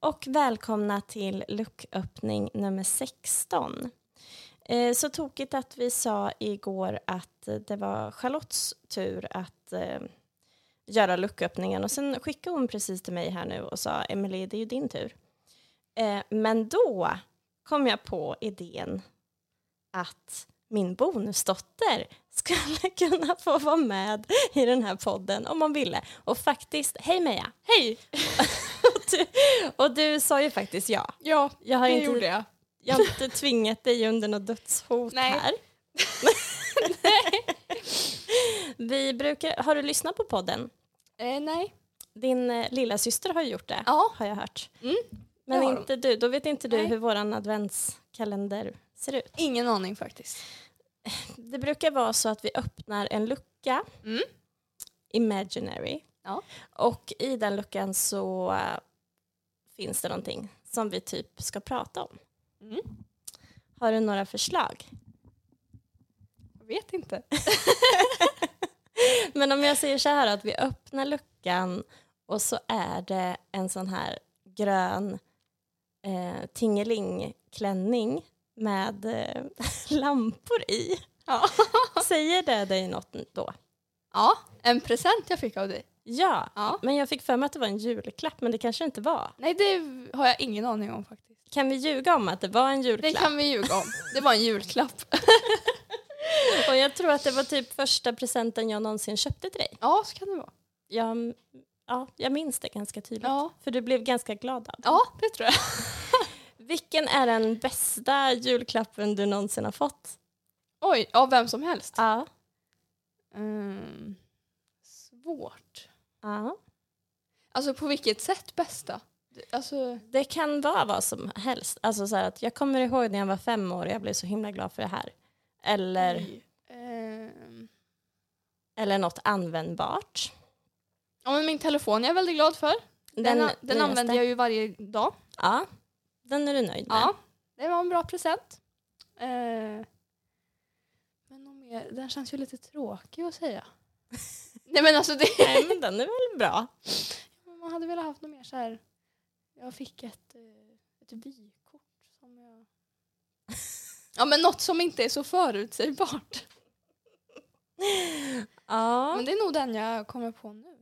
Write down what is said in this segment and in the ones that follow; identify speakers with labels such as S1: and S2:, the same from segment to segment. S1: och välkomna till lucköppning nummer 16. Eh, så tokigt att vi sa igår att det var Charlottes tur att eh, göra lucköppningen och sen skickade hon precis till mig här nu och sa Emelie, det är ju din tur. Eh, men då kom jag på idén att min bonusdotter skulle kunna få vara med i den här podden om hon ville. Och faktiskt, hej Meja! Hej! och, du, och du sa ju faktiskt ja.
S2: Ja,
S1: Jag har,
S2: det
S1: inte,
S2: gjorde jag.
S1: jag har inte tvingat dig under något dödshot
S2: Nej.
S1: här. Vi brukar, har du lyssnat på podden?
S2: Eh, nej.
S1: Din eh, lilla syster har ju gjort det,
S2: Ja.
S1: har jag hört.
S2: Mm,
S1: Men
S2: det har
S1: inte du, då vet inte du
S2: Nej.
S1: hur vår adventskalender ser ut.
S2: Ingen aning faktiskt.
S1: Det brukar vara så att vi öppnar en lucka,
S2: Mm.
S1: imaginary,
S2: Ja.
S1: och i den luckan så eh, finns det någonting som vi typ ska prata om.
S2: Mm.
S1: Har du några förslag?
S2: Jag vet inte.
S1: Men om jag säger så här att vi öppnar luckan och så är det en sån här grön eh, tingeling-klänning med eh, lampor i.
S2: Ja.
S1: Säger det dig något då?
S2: ja, en present jag fick av dig.
S1: Ja,
S2: Ja.
S1: men jag fick för mig att det var en julklapp men det kanske inte var.
S2: Nej, det har jag ingen aning om faktiskt.
S1: Kan vi ljuga om att det var en
S2: Det
S1: julklapp?
S2: kan vi ljuga om. Det var en julklapp.
S1: Och jag tror att det var typ första presenten jag någonsin köpte till dig.
S2: Ja, så kan det vara.
S1: Jag, ja, jag minns det ganska tydligt.
S2: Ja,
S1: För du blev ganska glad av det.
S2: ja det tror jag.
S1: Vilken är den bästa julklappen du någonsin har fått?
S2: Oj, av vem som helst.
S1: Ja.
S2: Mm. Svårt.
S1: ja.
S2: Alltså på vilket sätt bästa? Det- Alltså,
S1: Det kan vara vad som helst. Alltså så här att jag kommer ihåg när jag var fem år och jag blev så himla glad för det här. Eller,
S2: oj. Ehm.
S1: eller något användbart.
S2: Ja, men min telefon är jag väldigt glad för. Den, den,
S1: nyaste.
S2: använder jag ju varje dag.
S1: Ja, den är du nöjd med.
S2: Ja, det var en bra present. Eh, men någon mer, den känns ju lite tråkig att säga. Nej men alltså det,
S1: Nej, men den är väl bra.
S2: man hade velat haft något mer så här. Jag fick ett, eh, ett vykort som jag... Ja men något som inte är så förutsägbart.
S1: Ja.
S2: Men det är nog den jag kommer på nu.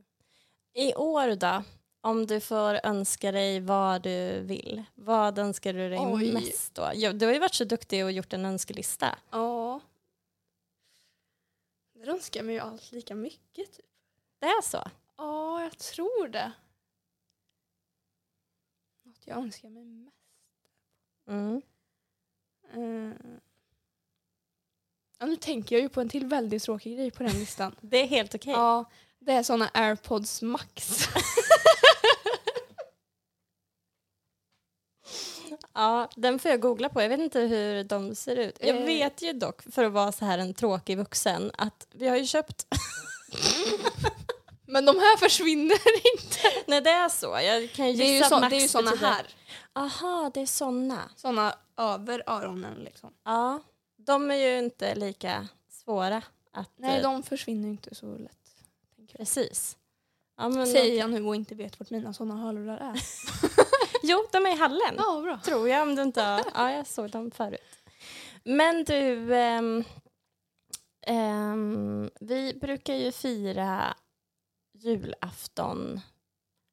S1: I år då, om du får önska dig vad du vill, vad önskar du dig
S2: Oj.
S1: mest då? Ja, Du har ju varit så duktig och gjort en önskelista.
S2: Ja. Det önskar mig ju allt lika mycket typ.
S1: Det är så?
S2: Ja, jag tror det. Något jag önskar mig mest.
S1: Mm.
S2: Eh. Ja, nu tänker jag ju på en till väldigt tråkig grej på den listan.
S1: Det är helt okej.
S2: Ja, det är såna airpods max.
S1: Ja, den får jag googla på. Jag vet inte hur de ser ut. Jag
S2: Eh.
S1: vet ju dock, för att vara så här en tråkig vuxen, att vi har ju köpt...
S2: Men de här försvinner inte.
S1: Nej, det är så. Jag kan ju
S2: Det är ju,
S1: gissa att
S2: så,
S1: Max
S2: det är ju såna
S1: betyder-
S2: här.
S1: Aha, det är såna.
S2: Såna över öronen liksom.
S1: Ja, de är ju inte lika svåra att...
S2: Nej, de försvinner ju inte så lätt. tänker jag.
S1: Precis. Ja, men
S2: Säger jag nu och inte vet vart mina såna hörlurar är.
S1: Jo, de är i hallen.
S2: Ja, bra.
S1: Tror jag om du inte har... Ja, jag såg dem förut. Men du, ehm, ehm, vi brukar ju fira julafton.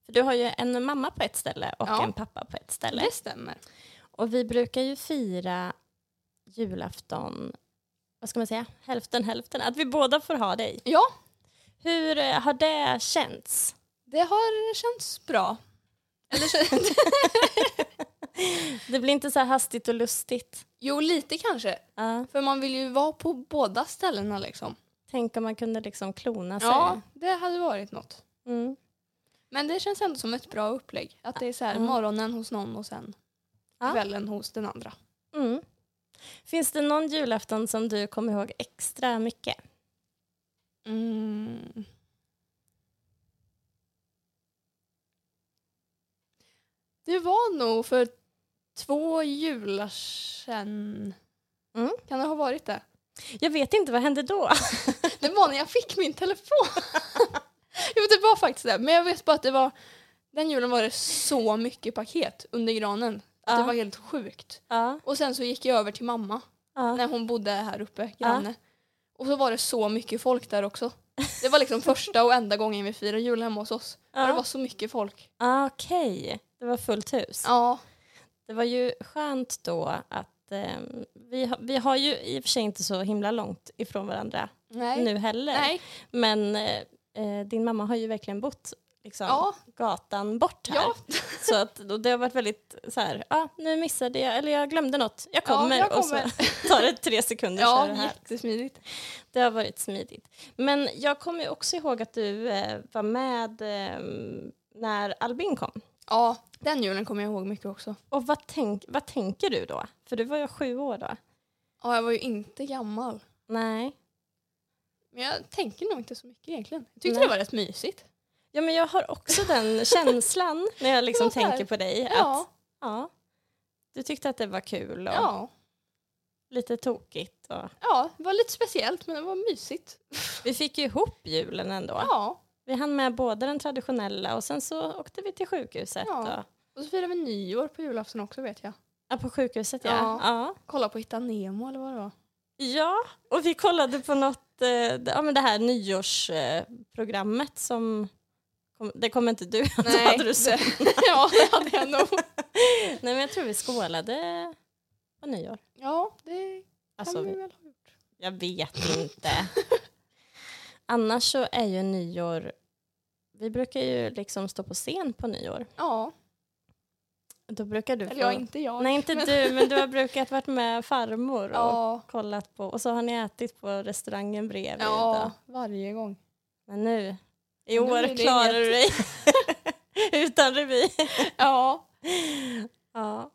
S1: För du har ju en mamma på ett ställe och
S2: Ja.
S1: en pappa på ett ställe.
S2: Det stämmer.
S1: Och vi brukar ju fira julafton, vad ska man säga, hälften hälften. Att vi båda får ha dig.
S2: Ja,
S1: Hur eh, har det känts?
S2: Det har känts bra. Eller kän-
S1: Det blir inte så här hastigt och lustigt.
S2: jo, lite kanske.
S1: Ja.
S2: För man vill ju vara på båda ställena liksom.
S1: Tänk om man kunde liksom klona sig.
S2: Ja, det hade varit något.
S1: Mm.
S2: Men det känns ändå som ett bra upplägg. Att det är så här
S1: Ja.
S2: morgonen hos någon och sen
S1: Ja.
S2: kvällen hos den andra.
S1: Mm. Finns det någon julafton som du kommer ihåg extra mycket?
S2: Mm. Det var nog för två jular sedan.
S1: Mm.
S2: Kan det ha varit det?
S1: Jag vet inte, vad hände då?
S2: Det var när jag fick min telefon. jo, det var faktiskt det. Men jag vet bara att det var, Den julen var det så mycket paket under granen.
S1: Ja.
S2: Det var helt sjukt.
S1: Ja,
S2: Och sen så gick jag över till mamma
S1: ja.
S2: när hon bodde här uppe, granne. Och så var det så mycket folk där också. Det var liksom första och enda gången vi firade jul hemma hos oss. Och det var
S1: ja.
S2: så mycket folk.
S1: ja okej. Det var fullt hus.
S2: Ja,
S1: Det var ju skönt då att ehm, vi, har- vi har ju i och för sig inte så himla långt ifrån varandra
S2: nej.
S1: nu heller.
S2: Nej,
S1: Men eh, eh, din mamma har ju verkligen bott liksom,
S2: ja,
S1: gatan bort här.
S2: ja.
S1: Så att, och det har varit väldigt så här, ah, nu missade jag, eller jag glömde något, jag
S2: Ja,
S1: kommer,
S2: jag
S1: och
S2: kommer.
S1: så tar det tre sekunder att köra
S2: ja
S1: här.
S2: jättesmidigt.
S1: Det har varit smidigt. Men jag kommer ju också ihåg att du eh, var med eh, när Albin kom.
S2: Ja, den julen kommer jag ihåg mycket också.
S1: Och vad, tänk, vad tänker du då? För du var ju sju år då.
S2: Ja, jag var ju inte gammal.
S1: Nej.
S2: Men jag tänker nog inte så mycket egentligen. Jag tyckte
S1: Nej.
S2: det var rätt mysigt.
S1: Ja, men jag har också den känslan när jag liksom
S2: Det var så här.
S1: tänker på dig.
S2: Ja,
S1: Att, ja, du tyckte att det var kul och
S2: ja.
S1: lite tokigt. Och...
S2: ja, det var lite speciellt men det var mysigt.
S1: Vi fick ju ihop julen ändå.
S2: Ja,
S1: Vi hann med både den traditionella och sen så åkte vi till sjukhuset.
S2: Ja.
S1: Och...
S2: och så firade vi nyår på julafton också vet jag.
S1: Ja, på sjukhuset ja.
S2: Ja.
S1: ja.
S2: Kolla på Hitta Nemo eller vad det var.
S1: Ja, och vi kollade på något, eh, ja, men det här nyårsprogrammet som, kom, det kommer inte du ihåg, då hade du sett.
S2: ja, det hade jag nog.
S1: Nej men jag tror vi skålade på nyår.
S2: Ja, det kan
S1: Alltså,
S2: vi väl ha gjort.
S1: jag vet inte. Annars så är ju nyår, vi brukar ju liksom stå på scen på nyår.
S2: Ja,
S1: Då brukar du
S2: eller jag inte jag.
S1: Nej inte
S2: men-
S1: du, men du har brukat varit med farmor och
S2: Ja,
S1: kollat på, och så har ni ätit på restaurangen bredvid.
S2: ja
S1: och-
S2: varje gång.
S1: Men nu, i
S2: Nu
S1: år
S2: blir det
S1: klarar du dig utan revy.
S2: Ja,
S1: Ja.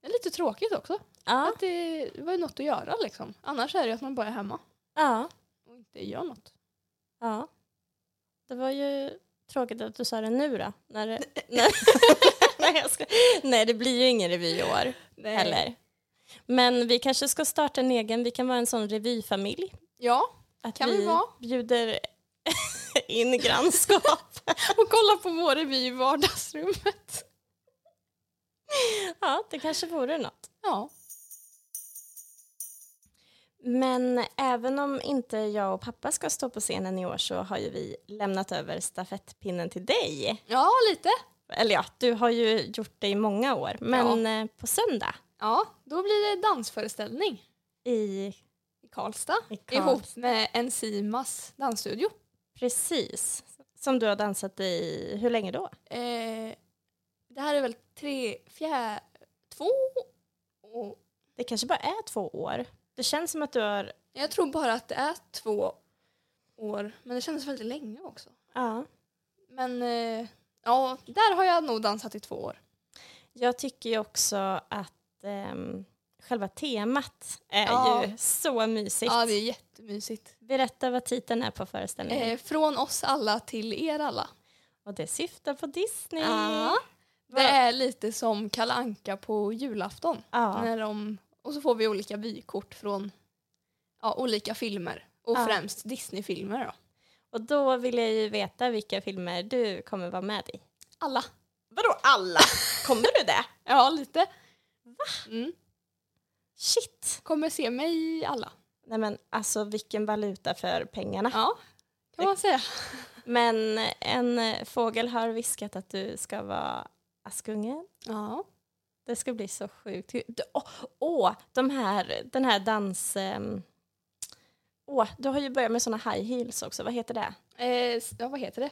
S2: det är lite tråkigt också.
S1: Ja.
S2: Att det, det var ju något att göra liksom. Annars är det ju att man bara är hemma
S1: ja.
S2: och inte gör något.
S1: ja. Det var ju tråkigt att du sa det nu då. När det, när, nej, jag ska, nej, det blir ju ingen revy i år
S2: Nej.
S1: heller. Men vi kanske ska starta en egen, vi kan vara en sån revyfamilj.
S2: Ja,
S1: Att
S2: Kan vi vara.
S1: bjuder in grannskap.
S2: och kolla på vår revy i vardagsrummet.
S1: ja, det kanske vore något.
S2: Ja.
S1: Men även om inte jag och pappa ska stå på scenen i år så har ju vi lämnat över stafettpinnen till dig.
S2: ja, lite.
S1: Eller ja, du har ju gjort det i många år. Men eh, på söndag
S2: Ja, då blir det dansföreställning
S1: i,
S2: i Karlstad
S1: i Karl.
S2: ihop med Enzimas dansstudio.
S1: Precis. Som du har dansat i, hur länge då?
S2: Eh, det här är väl tre, fjär, två och,
S1: Det kanske bara är två år. Det känns som att du har,
S2: Jag tror bara att det är två år, men det kändes väldigt länge också.
S1: ja.
S2: Men eh, ja, där har jag nog dansat i två år.
S1: Jag tycker ju också att ehm, själva temat är
S2: Ja.
S1: ju så mysigt.
S2: Ja, det är jättemysigt.
S1: Berätta vad titeln är på föreställningen.
S2: Eh, från oss alla till er alla.
S1: Och det syftar på Disney.
S2: Ja. Det
S1: Va-
S2: är lite som Kalle Anka på julafton.
S1: Ja.
S2: När de, och så får vi olika vykort från ja, olika filmer. Och
S1: Ja.
S2: främst Disney-filmer då.
S1: Och då vill jag ju veta vilka filmer du kommer vara med i.
S2: Alla.
S1: Vadå alla? Kommer du det?
S2: Ja, lite. Mm.
S1: Shit!
S2: Kommer se mig i alla.
S1: Nej men alltså vilken valuta för pengarna.
S2: Ja, kan man säga.
S1: Men en eh, fågel har viskat att du ska vara Askungen.
S2: Ja.
S1: Det ska bli så sjukt. Hur- du- Åh, åh, de här, den här dans... ehm, Åh, du har ju börjat med såna high heels också. Vad heter det?
S2: Eh, s- ja, vad heter det?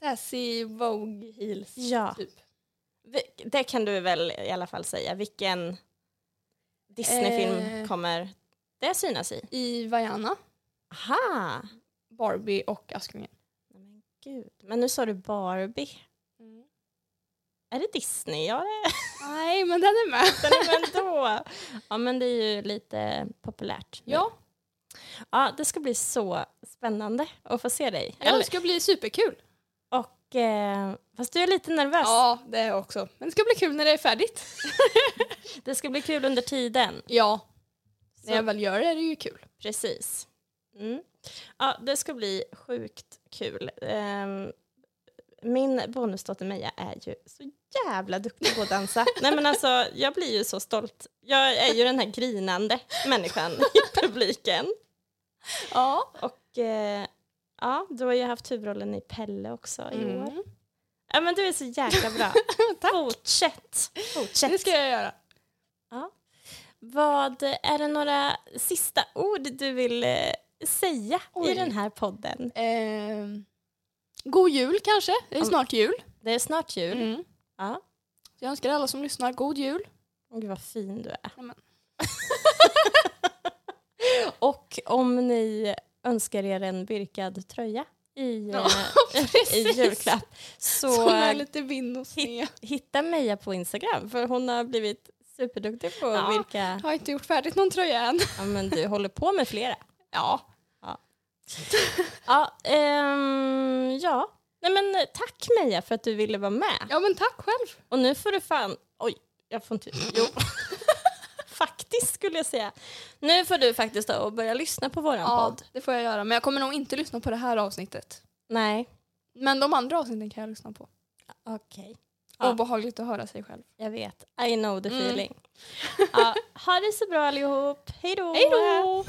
S2: Sassy Vogue Heels.
S1: Ja.
S2: Typ.
S1: Vi- Det kan du väl i alla fall säga. Vilken Disneyfilm
S2: Eh.
S1: kommer det synas i?
S2: I Vaiana,
S1: Aha!
S2: Barbie och Askungen.
S1: Nej, men gud. Men nu sa du Barbie. Mm. Är det Disney? Ja, det
S2: Nej, men den är med.
S1: är det väl då. Ja, men det är ju lite populärt. nu.
S2: Ja,
S1: ja, det ska bli så spännande att få se dig.
S2: ja, det
S1: Eller,
S2: ska bli superkul.
S1: och, eh, fast du är lite nervös.
S2: Ja, det är jag också. Men det ska bli kul när det är färdigt.
S1: Det ska bli kul under tiden.
S2: Ja,
S1: Så,
S2: när jag väl gör det är det ju kul.
S1: Precis. Mm. Ja, det ska bli sjukt kul. Ehm, min bonusdotter Meja är ju så jävla duktig på att dansa. Nej, men alltså, jag blir ju så stolt. Jag är ju den här grinande människan i publiken.
S2: Ja.
S1: Och eh, ja, du har ju haft huvudrollen i Pelle också i år.
S2: Mm.
S1: Ja, men du är så jäkla bra. Fortsätt.
S2: Det
S1: Fortsätt.
S2: ska jag göra.
S1: Vad, är det några sista ord du vill eh, säga i
S2: Oj.
S1: den här podden?
S2: Ehm, god jul kanske. Det är
S1: Om-
S2: snart jul.
S1: Det är snart jul.
S2: Mm.
S1: Ja.
S2: Jag önskar alla som lyssnar god jul.
S1: Åh, Gud vad fin du är.
S2: Ja, men.
S1: Och om ni önskar er en virkad tröja i,
S2: Ja,
S1: eh, i
S2: precis.
S1: julklapp så eh,
S2: Som är lite vind och sned.
S1: hitta Meja på Instagram för hon har blivit superduktig på
S2: Ja.
S1: att virka.
S2: Har inte gjort färdigt någon tröja än.
S1: Ja, men du håller på med flera.
S2: Ja.
S1: Ja, ehm, ja. Nej, men eh, tack Meja för att du ville vara med.
S2: Ja men tack själv.
S1: Och nu får du fan... Oj, jag får inte... Jo. faktiskt skulle jag säga. Nu får du faktiskt då börja lyssna på våran
S2: Ja,
S1: podd.
S2: det får jag göra. Men jag kommer nog inte lyssna på det här avsnittet.
S1: Nej,
S2: Men de andra avsnitten kan jag lyssna på.
S1: okej. Ja.
S2: Obehagligt att höra sig själv.
S1: Jag vet. I know the
S2: Mm.
S1: feeling. Ja, ha det så bra allihop. Hej då!
S2: Hej då!